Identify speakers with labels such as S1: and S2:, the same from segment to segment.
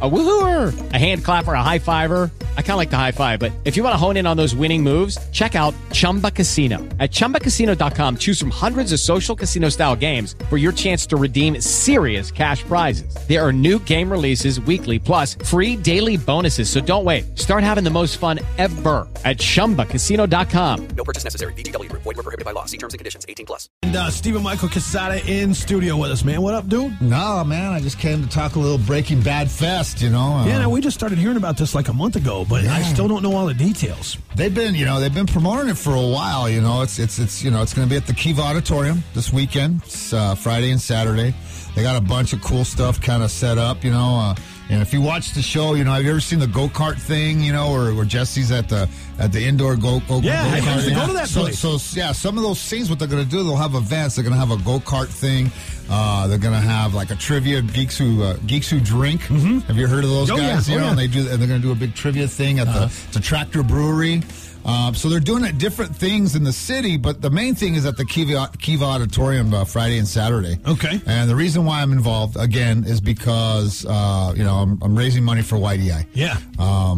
S1: A woohooer, a hand clapper, a high fiver. I kind of like the high five, but if you want to hone in on those winning moves, check out Chumba Casino. At chumbacasino.com, choose from hundreds of social casino style games for your chance to redeem serious cash prizes. There are new game releases weekly, plus free daily bonuses. So don't wait. Start having the most fun ever at chumbacasino.com.
S2: No purchase necessary. VGW Group. Void were prohibited by law. See terms and conditions. 18 plus.
S3: And uh, Stephen Michael Casada in studio with us, man. What up, dude?
S4: No, man, I just came to talk a little Breaking Bad fest, you know. Uh,
S3: Yeah, no, we just started hearing about this like a month ago, but I
S4: Yeah.
S3: still don't know all the details.
S4: they've been, you know, they've been promoting it for a while. You know, it's it's it's you know, it's going to be at the Kiva Auditorium this weekend, it's, uh, Friday and Saturday. They got a bunch of cool stuff kind of set up, you know. Uh, and if you watch the show, you know, have you ever seen the go kart thing? You know, or, or Jesse's at the at the indoor go go
S3: Yeah, I
S4: go-kart
S3: used to go
S4: thing?
S3: to that
S4: So-
S3: place.
S4: So so yeah, some of those scenes, what they're going to do, they'll have events. They're going to have a go kart thing. Uh, they're going to have like a trivia geeks who uh, geeks who drink. Mm-hmm. Have you heard of those
S3: Oh, yeah.
S4: guys? You
S3: Oh,
S4: know,
S3: yeah.
S4: and they do. And they're going to do a big trivia thing at
S3: Uh-huh.
S4: the it's a Tractor Brewery. Um, so they're doing it different things in the city, but the main thing is at the Kiva, Kiva Auditorium uh, Friday and Saturday.
S3: Okay.
S4: And the reason why I'm involved again is because uh, you know I'm, I'm raising money for YDI.
S3: Yeah,
S4: Uh,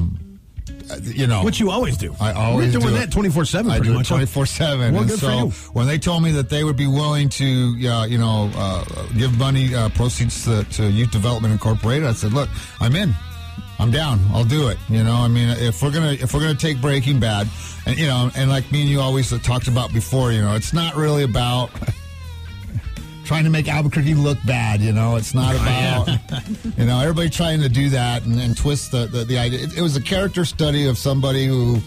S4: You know,
S3: which you always do.
S4: Oh. I always
S3: You're doing
S4: do
S3: that
S4: it.
S3: 24 7
S4: I
S3: pretty
S4: do
S3: much. huh?
S4: twenty four seven.
S3: Well,
S4: And
S3: good for
S4: so
S3: you.
S4: when they told me that they would be willing to, uh, you know, uh, give money uh, proceeds to, to Youth Development Incorporated, I said, "Look, I'm in. I'm down. I'll do it." You know, I mean, if we're gonna if we're gonna take Breaking Bad, and you know, and like me and you always talked about before, you know, it's not really about. Trying to make Albuquerque look bad, you know. It's not about, you know, everybody trying to do that and, and twist the, the, the idea. It, it was a character study of somebody who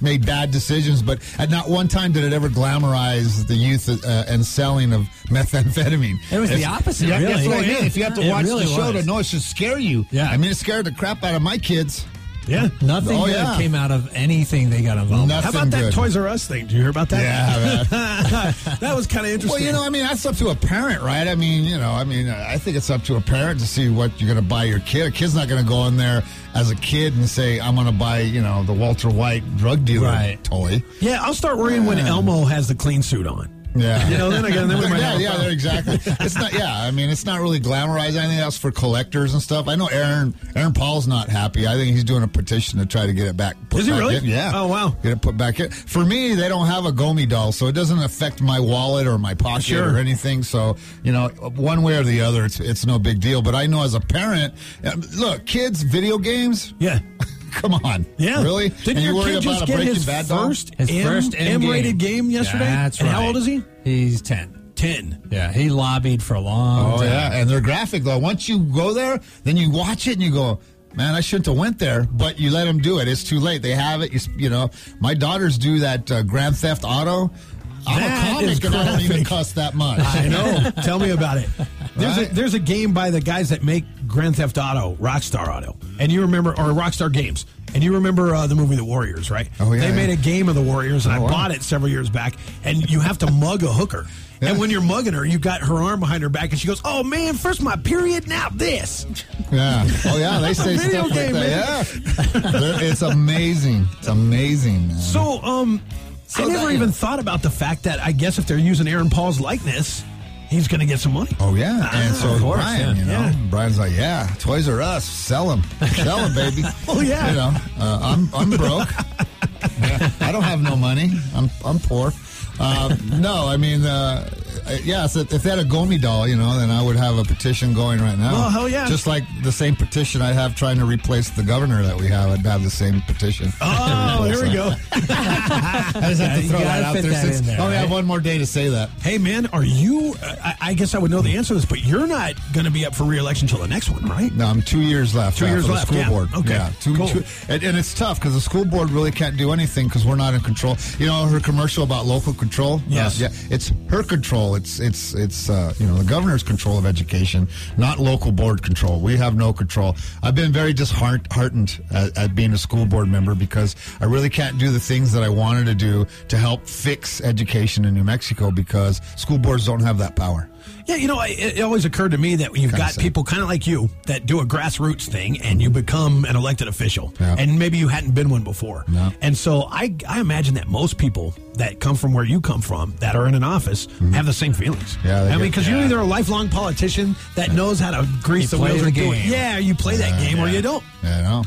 S4: made bad decisions, but at not one time did it ever glamorize the youth uh, and selling of methamphetamine.
S5: It was the opposite,
S4: yeah, That's
S5: really.
S4: what I
S5: Oh,
S4: mean.
S5: yeah.
S4: If you have to
S5: It
S4: watch
S5: really
S4: the show
S5: was.
S4: to know it should scare you.
S5: Yeah.
S4: I mean, it scared the crap out of my kids.
S3: yeah.
S5: Nothing
S4: Oh,
S5: good
S4: yeah.
S5: came out of anything they got involved.
S4: Nothing
S3: How about that
S4: good.
S3: Toys R Us thing? Do you hear about that?
S4: Yeah,
S3: that was kind of interesting.
S4: Well, you know, I mean, that's up to a parent, right? I mean, you know, I mean, I think it's up to a parent to see what you're going to buy your kid. A kid's not going to go in there as a kid and say, "I'm going to buy," you know, the Walter White drug dealer
S5: Right.
S4: toy.
S3: yeah, I'll start worrying when Elmo has the clean suit on.
S4: Yeah.
S3: You know, then again, then we might
S4: yeah,
S3: have a
S4: yeah,
S3: problem.
S4: they're exactly. It's not. Yeah, I mean, it's not really glamorized. I think that's for collectors and stuff. I know Aaron. Aaron Paul's not happy. I think he's doing a petition to try to get it back. put
S3: Is he
S4: back
S3: really?
S4: in. Yeah.
S3: Oh, wow.
S4: Get it put back in. For me, they don't have a Gomi doll, so it doesn't affect my wallet or my pocket
S3: Sure.
S4: or anything. So you know, one way or the other, it's it's no big deal. But I know as a parent, uh, look, kids, video games.
S3: Yeah.
S4: Come on.
S3: Yeah.
S4: Really?
S3: Didn't
S4: and
S3: your
S4: you're worried
S3: kid
S4: about
S3: just
S4: a
S3: get
S4: Breaking
S3: his
S4: Bad doll?
S3: first,
S5: His
S3: M,
S5: first M
S3: rated game yesterday?
S5: That's
S3: and
S5: right.
S3: How old is he?
S5: He's ten.
S3: 10.
S5: Yeah, he lobbied for a long
S4: Oh
S3: uh,
S5: time.
S4: yeah, and they're graphic though. Once you go there, then you watch it and you go, "Man, I shouldn't have went there." But you let them do it. It's too late. They have it. You, s- you know, my daughters do that uh, Grand Theft Auto. I'm
S3: That
S4: a
S3: is
S4: comic and I don't even
S3: graphic.
S4: cuss that much.
S3: I know. Oh, Tell me about it. There's a
S4: Right?
S3: there's a game by the guys that make Grand Theft Auto, Rockstar Auto, and you remember or Rockstar Games, and you remember uh, the movie The Warriors, right?
S4: Oh, yeah,
S3: They made
S4: yeah. Oh,
S3: a game of The Warriors, and I
S4: wow.
S3: bought it several years back. And you have to mug a hooker,
S4: Yeah.
S3: and when you're mugging her, you got her arm behind her back, and she goes, "Oh man, first my period, now this."
S4: Yeah. Oh yeah, they say
S3: Video
S4: stuff
S3: game,
S4: like that. Yeah. They're- it's amazing. It's amazing, man.
S3: So, um, I
S4: So
S3: never
S4: that-
S3: even thought about the fact that I guess if they're using Aaron Paul's likeness, he's going to get some money.
S4: Oh yeah, and so
S3: Ah, of course,
S4: Brian,
S3: yeah.
S4: you know,
S3: Yeah.
S4: Brian's like, yeah, Toys R Us, sell them, sell them, baby.
S3: Oh, yeah.
S4: you know, uh, I'm I'm broke. Yeah, I don't have no money. I'm I'm poor. Uh, no, I mean, uh, yeah. So if they had a Gomi doll, you know, then I would have a petition going right now.
S3: Oh, hell yeah.
S4: Just like the same petition I have trying to replace the governor that we have. I'd have the same petition.
S3: Oh, here we go.
S4: I just have to
S5: You
S4: throw
S5: gotta
S4: that out
S5: fit
S4: there.
S5: that
S4: since Oh,
S5: in there,
S4: I only have
S5: right?
S4: one more day to say that.
S3: Hey, man, are you? uh, I, I guess I would know the answer to this, but you're not going to be up for reelection until the next one, right?
S4: No, I'm two years left.
S3: Two
S4: uh,
S3: years
S4: for the
S3: left,
S4: School
S3: yeah.
S4: board.
S3: Okay,
S4: Yeah, two,
S3: cool.
S4: two- and, and it's tough because the school board really can't do anything because we're not in control. You know her commercial about local control. Uh,
S3: Yes.
S4: yeah, it's her control. It's it's it's uh, you know the governor's control of education, not local board control. We have no control. I've been very disheartened at, at being a school board member because I really can't do the things that I wanted to do to help fix education in New Mexico because school boards don't have that power.
S3: Yeah, you know, I- it, it always occurred to me that you've
S4: Kinda
S3: got
S4: sad.
S3: people kind of like you that do a grassroots thing and you become an elected official.
S4: Yeah.
S3: And maybe you hadn't been one before.
S4: No.
S3: And so I, I imagine that most people that come from where you come from that are in an office have the same feelings.
S4: Mm-hmm. Yeah, they
S3: I mean,
S4: do.
S3: because you're either a lifelong politician that knows how to grease
S5: You
S3: the
S5: play
S3: wheels
S5: the
S3: and do it.
S5: game.
S3: Yeah, you play that game or you don't.
S4: Yeah, I know.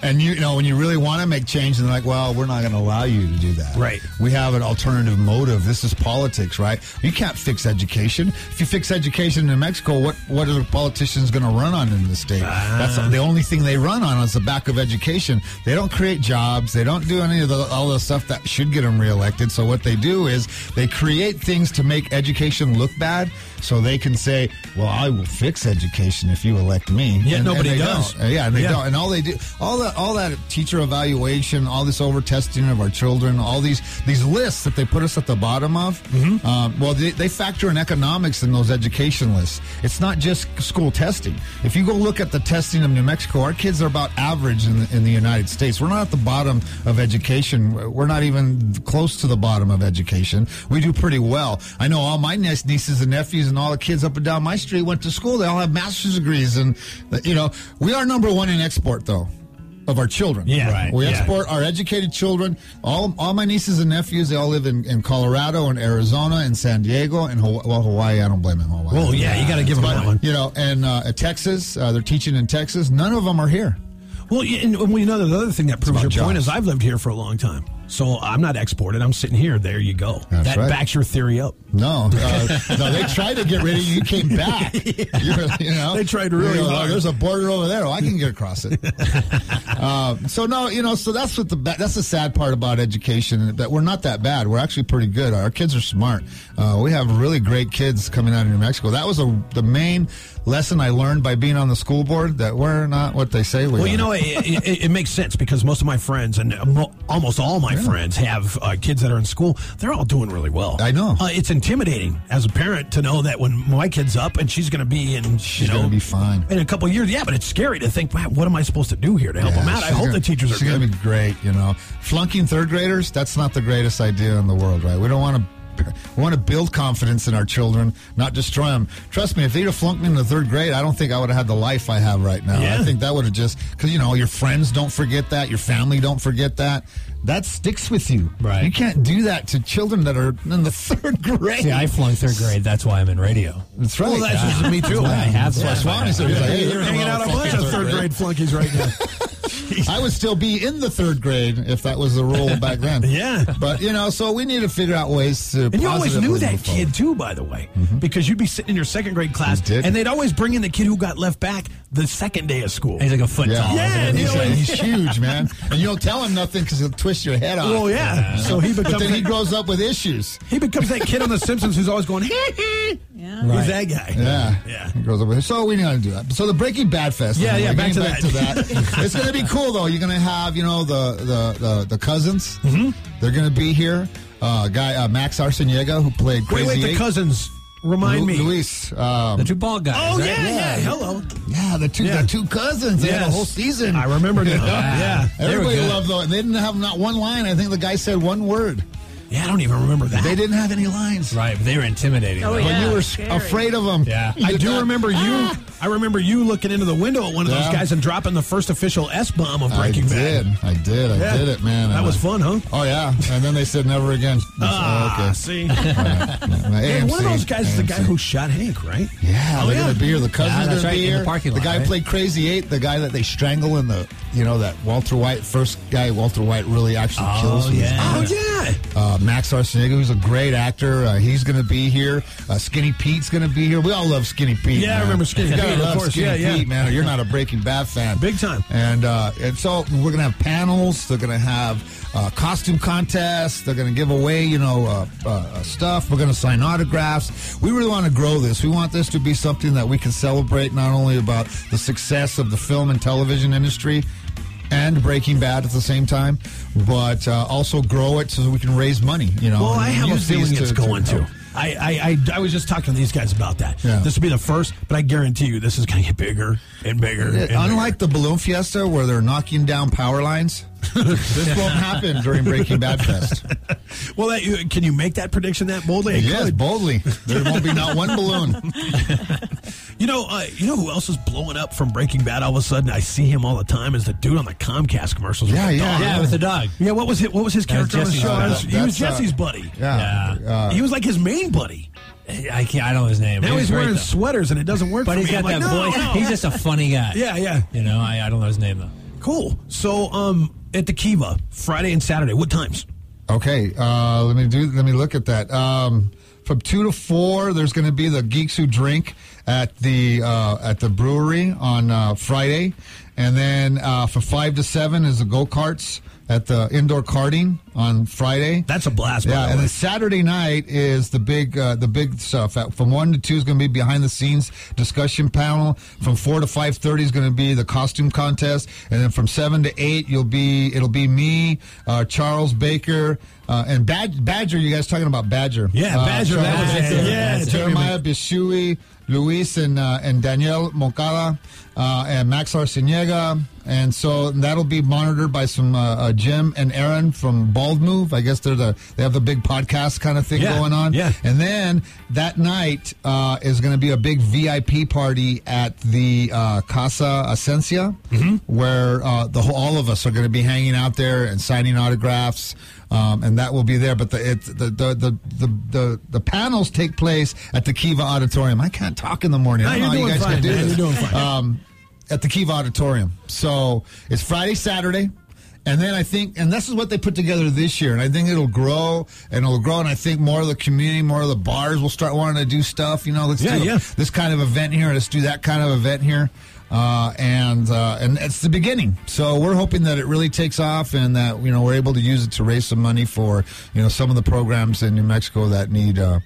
S4: And you, you know, when you really want to make change, and they're like, well, we're not going to allow you to do that.
S3: Right.
S4: We have an alternative motive. This is politics, right? You can't fix education. If you fix education in New Mexico, what, what are the politicians going to run on in the state? That's the only thing they run on is the back of education. They don't create jobs. They don't do any of the, all the stuff that should get them reelected. So what they do is they create things to make education look bad so they can say, well, I will fix education if you elect me.
S3: Yet nobody
S4: they
S3: does.
S4: don't. Uh, Yeah, and they
S3: Yeah.
S4: don't. And all they do, all that, all that teacher evaluation, all this over testing of our children, all these these lists that they put us at the bottom of.
S3: Mm-hmm.
S4: Um, well, they, they factor in economics in those education lists. It's not just school testing. If you go look at the testing of New Mexico, our kids are about average in the, in the United States. We're not at the bottom of education. We're not even close to the bottom of education. We do pretty well. I know all my niece- nieces and nephews and all the kids up and down my street went to school. They all have master's degrees, and you know we are number one in export though. Of our children,
S3: Yeah, right,
S4: We
S3: yeah.
S4: export our educated children. All, all my nieces and nephews, they all live in, in Colorado and Arizona and San Diego and Hawaii. Well, Hawaii, I don't blame them. Hawaii.
S3: Well, yeah, you got to give them that one.
S4: you know, and uh, at Texas, uh, they're teaching in Texas. None of them are here.
S3: Well, yeah, and well, you know the other thing that proves
S4: about
S3: your point
S4: jobs.
S3: is I've lived here for a long time, so I'm not exported. I'm sitting here. There you go.
S4: That's
S3: that
S4: right.
S3: backs your theory up.
S4: No, uh, no, they tried to get rid of you. You came back. You're- you know,
S3: They tried really
S4: You know,
S3: hard.
S4: There's a border over there. Oh, I can get across it. uh, so no, you know, so that's what the ba- that's the sad part about education that we're not that bad. We're actually pretty good. Our kids are smart. Uh, we have really great kids coming out of New Mexico. That was a, the main lesson I learned by being on the school board that we're not what they say we
S3: Well,
S4: are.
S3: you know, it, it, it- it makes sense because most of my friends and mo- almost all my friends have uh, kids that are in school. They're all doing really well.
S4: I know.
S3: Uh, it's intimidating as a parent to know that when my kid's up and she's going to be in,
S4: She's
S3: you know,
S4: gonna be fine.
S3: in a couple of years. Yeah, but it's scary to think, wow, what am I supposed to do here to help them
S4: Yeah,
S3: out? I
S4: she's
S3: hope
S4: gonna-
S3: the teachers are
S4: She's
S3: good.
S4: gonna be great. You know, flunking third graders. That's not the greatest idea in the world, right? We don't want to. We want to build confidence in our children, not destroy them. Trust me, if they'd have flunked me in the third grade, I don't think I would have had the life I have right now.
S3: Yeah.
S4: I think that would have just because you know your friends don't forget that, your family don't forget that. That sticks with you.
S5: Right.
S4: You can't do that to children that are in the third grade.
S5: See, I flung third grade. That's why I'm in radio.
S4: that's right.
S3: Well, that's just me too.
S4: That's why
S5: I have
S4: that's why
S5: that.
S4: Swami said, he's like, hey,
S3: You're
S4: you're
S3: hanging out a bunch of third grade flunkies right now.
S4: I would still be in the third grade if that was the rule back then.
S3: Yeah.
S4: But, you know, so we need to figure out ways to.
S3: And you always
S4: positively
S3: knew
S4: move
S3: that
S4: forward. Mm-hmm.
S3: kid too, by the way, because you'd be sitting in your second grade class,
S4: did.
S3: and they'd always bring in the kid who got left back the second day of school.
S5: And he's like a foot
S4: Yeah.
S5: tall.
S3: Yeah,
S5: That's what
S3: and
S5: he
S4: He's,
S3: you know,
S5: said.
S4: he's huge, man. And you don't tell him nothing because he'll twist your head off.
S3: Well, yeah. So he
S4: But
S3: becomes
S4: then he
S3: that,
S4: grows up with issues.
S3: he becomes that kid on The Simpsons who's always going, hee hee.
S6: Yeah.
S3: He's
S5: Right.
S3: that guy.
S4: Yeah.
S3: Yeah.
S4: He grows up with So we need to do that. So the Breaking Bad Fest.
S3: Yeah,
S4: Anyway,
S3: yeah, back
S4: getting
S3: to
S4: that. it's going to be cool, though. You're going to have, you know, the the, the, the cousins. Mm-hmm. They're going to be here. Uh, guy uh, Max Arciniega, who played
S3: Wait,
S4: Crazy
S3: wait, the
S4: Eight.
S3: cousins. Remind
S4: Lu-
S3: me.
S4: Luis. Um,
S5: The two bald guys.
S3: Oh, yeah,
S5: right?
S3: yeah, Hello.
S4: Yeah, the two
S3: Yeah.
S4: the two cousins. They had a
S3: Yes.
S4: whole season.
S3: I remember now. Yeah.
S5: They were
S4: Everybody
S5: good.
S4: loved though. They didn't have not one line. I think the guy said one word.
S3: Yeah, I don't even remember that.
S4: They didn't have any lines.
S5: Right, but they were intimidating.
S6: Oh,
S5: though.
S6: yeah.
S4: But you were
S6: scary.
S4: afraid of them.
S5: Yeah.
S3: I do remember you.
S4: "Ah."
S3: I remember you looking into the window at one of
S4: Yeah.
S3: those guys and dropping the first official S bomb of
S4: I
S3: Breaking
S4: did.
S3: Bad.
S4: I did. I
S3: Yeah.
S4: did it, man.
S3: That
S4: And
S3: was
S4: I-
S3: fun, huh?
S4: Oh yeah. And then they said never again.
S3: Ah,
S4: Oh, okay.
S3: see.
S4: My
S3: And one of
S4: AMC,
S3: those guys is the guy
S4: AMC.
S3: who shot Hank, right?
S4: Yeah,
S3: Oh,
S4: they're
S3: yeah.
S4: gonna be here. The cousins
S5: Yeah,
S4: gonna
S5: that's
S4: be
S5: right, in the
S4: here.
S5: parking lot,
S4: guy
S5: right?
S4: played Crazy Eight, the guy that they strangle in the you know that Walter White first guy. Walter White really actually kills.
S5: Oh,
S4: in his
S5: yeah.
S3: Oh,
S4: murder.
S3: yeah.
S4: Uh, Max Arciniega, who's a great actor, uh, he's going to be here. Uh, Skinny Pete's going to be here. We all love Skinny Pete.
S3: Yeah, I
S4: man.
S3: remember Skinny
S4: You gotta
S3: Pete, of
S4: love
S3: course.
S4: Skinny
S3: Yeah, yeah.
S4: Pete, man. or You're not a Breaking Bad fan,
S3: Big time.
S4: And uh, and so we're going to have panels. They're going to have uh, costume contests. They're going to give away, you know, uh, uh, uh, stuff. We're going to sign autographs. We really want to grow this. We want this to be something that we can celebrate not only about the success of the film and television industry and Breaking Bad at the same time, but uh, also grow it so that we can raise money. You know,
S3: Well, I
S4: and
S3: have a
S4: use these
S3: feeling it's going to.
S4: help.
S3: I, I, I, I was just talking to these guys about that.
S4: Yeah.
S3: This will be the first, but I guarantee you this is going to get bigger and bigger.
S4: Yeah,
S3: and bigger.
S4: Unlike the balloon fiesta where they're knocking down power lines, This won't happen during Breaking Bad Fest.
S3: Well, that, you- can you make that prediction that boldly? It
S4: yes,
S3: could.
S4: boldly. There won't be not one balloon.
S3: You know, uh, you know who else is blowing up from Breaking Bad? All of a sudden, I see him all the time as the dude on the Comcast commercials. with
S4: Yeah,
S3: the
S4: yeah,
S3: dog.
S5: Yeah, with the dog.
S3: Yeah, what was it? What was his
S5: That was
S3: character on the
S5: Jesse's
S3: show?
S5: buddy.
S3: He was
S4: That's, uh,
S3: Jesse's buddy.
S4: Yeah. Uh,
S3: he was like his main buddy.
S5: I can't. I don't know his name.
S3: Now
S5: He was
S3: he's
S5: great,
S3: wearing
S5: though.
S3: sweaters and it doesn't work.
S5: But
S3: for
S5: he's
S3: me.
S5: got
S3: I'm
S5: that
S3: like,
S5: voice.
S3: "No, no."
S5: He's just a funny guy.
S3: yeah, yeah,
S5: You know, I, I don't know his name though.
S3: cool. So, um, at the Kiva Friday and Saturday, what times?
S4: Okay, uh, let me do. Let me look at that. Um, from two to four, there's going to be the geeks who drink at the uh, at the brewery on uh, Friday, and then uh, from five to seven is the go karts at the indoor karting on Friday.
S3: That's a blast. By
S4: yeah,
S3: the
S4: and
S3: way.
S4: then Saturday night is the big uh, the big stuff. At, from one to two is going to be behind the scenes discussion panel. From four to five thirty is going to be the costume contest, and then from seven to eight you'll be it'll be me, uh, Charles Baker, uh, and Bad- Badger. You guys talking about Badger?
S3: Yeah,
S4: Uh,
S3: Badger,
S4: Charles
S3: that was it.
S4: Baker,
S3: Yeah, that's it.
S4: Jeremiah Bishui, Luis, and uh, and Danielle Moncada, uh, and Max Arciniega. And so that'll be monitored by some uh, uh, Jim and Aaron from Bald Move. I guess they're the they have the big podcast kind of thing
S3: Yeah,
S4: going on.
S3: yeah.
S4: And then that night uh, is going to be a big VIP party at the uh, Casa Ascencia,
S3: Mm-hmm.
S4: where uh, the whole, all of us are going to be hanging out there and signing autographs. Um, and that will be there, but the, it, the, the, the the the the panels take place at the Kiva Auditorium. I can't talk in the morning. I
S3: No,
S4: don't know
S3: you're
S4: how you
S3: doing
S4: guys
S3: fine,
S4: can do
S3: man.
S4: this.
S3: You're doing fine.
S4: Um, at the Kiva Auditorium. So it's Friday, Saturday. And then I think, and this is what they put together this year, and I think it'll grow and it'll grow, and I think more of the community, more of the bars will start wanting to do stuff. You know, let's
S3: Yeah,
S4: do
S3: yeah.
S4: this kind of event here, let's do that kind of event here, uh, and uh, and it's the beginning. So we're hoping that it really takes off, and that you know we're able to use it to raise some money for you know some of the programs in New Mexico that need uh,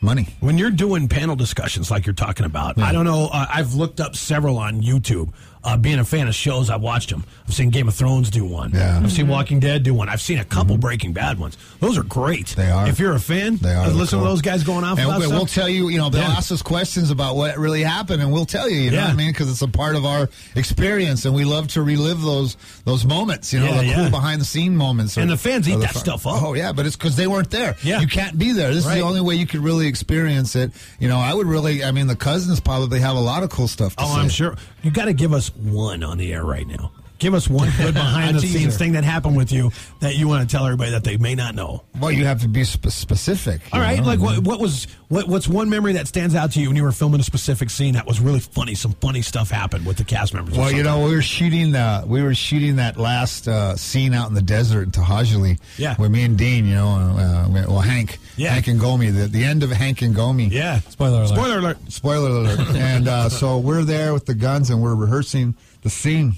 S4: money.
S3: When you're doing panel discussions like you're talking about, I don't know. Uh, I've looked up several on YouTube. Uh, being a fan of shows, I've watched them. I've seen Game of Thrones do one.
S4: Yeah. Mm-hmm.
S3: I've
S5: Mm-hmm.
S3: seen Walking Dead do one. I've seen a couple Breaking Bad ones. Those are great.
S4: They are.
S3: If you're a fan,
S4: They are.
S3: uh, listen
S4: Cool.
S3: to those guys going off.
S4: And
S3: about
S4: we- we'll
S3: stuff.
S4: tell you, you know, they'll
S3: Yeah.
S4: ask us questions about what really happened, and we'll tell you, you know
S3: Yeah.
S4: what I mean? Because it's a part of our experience, and we love to relive those those moments, you know,
S3: Yeah,
S4: the
S3: yeah.
S4: cool behind the scene moments.
S3: And
S4: of-
S3: the fans eat
S4: of
S3: that
S4: fun.
S3: stuff up.
S4: Oh, yeah, but it's because they weren't there.
S3: Yeah.
S4: You can't be there. This is
S3: Right.
S4: the only way you could really experience it. You know, I would really, I mean, the cousins probably have a lot of cool stuff to
S3: Oh,
S4: say.
S3: I'm sure. You got to give us one on the air right now. Give us one good behind the scenes
S4: teaser.
S3: thing that happened with you that you want to tell everybody that they may not know.
S4: Well, you have to be spe- specific.
S3: All
S4: you
S3: right,
S4: know?
S3: like what, what was what, what's one memory that stands out to you when you were filming a specific scene that was really funny? Some funny stuff happened with the cast members. or
S4: Well, you
S3: something?
S4: know, we were shooting the we were shooting that last uh, scene out in the desert in Tahajali.
S3: Yeah.
S4: with me and Dean. You know, uh, well Hank,
S3: Yeah.
S4: Hank and Gomi. The, the end of Hank and Gomi.
S3: yeah.
S5: Spoiler alert.
S3: Spoiler alert.
S4: Spoiler alert. and uh, so we're there with the guns and we're rehearsing the scene.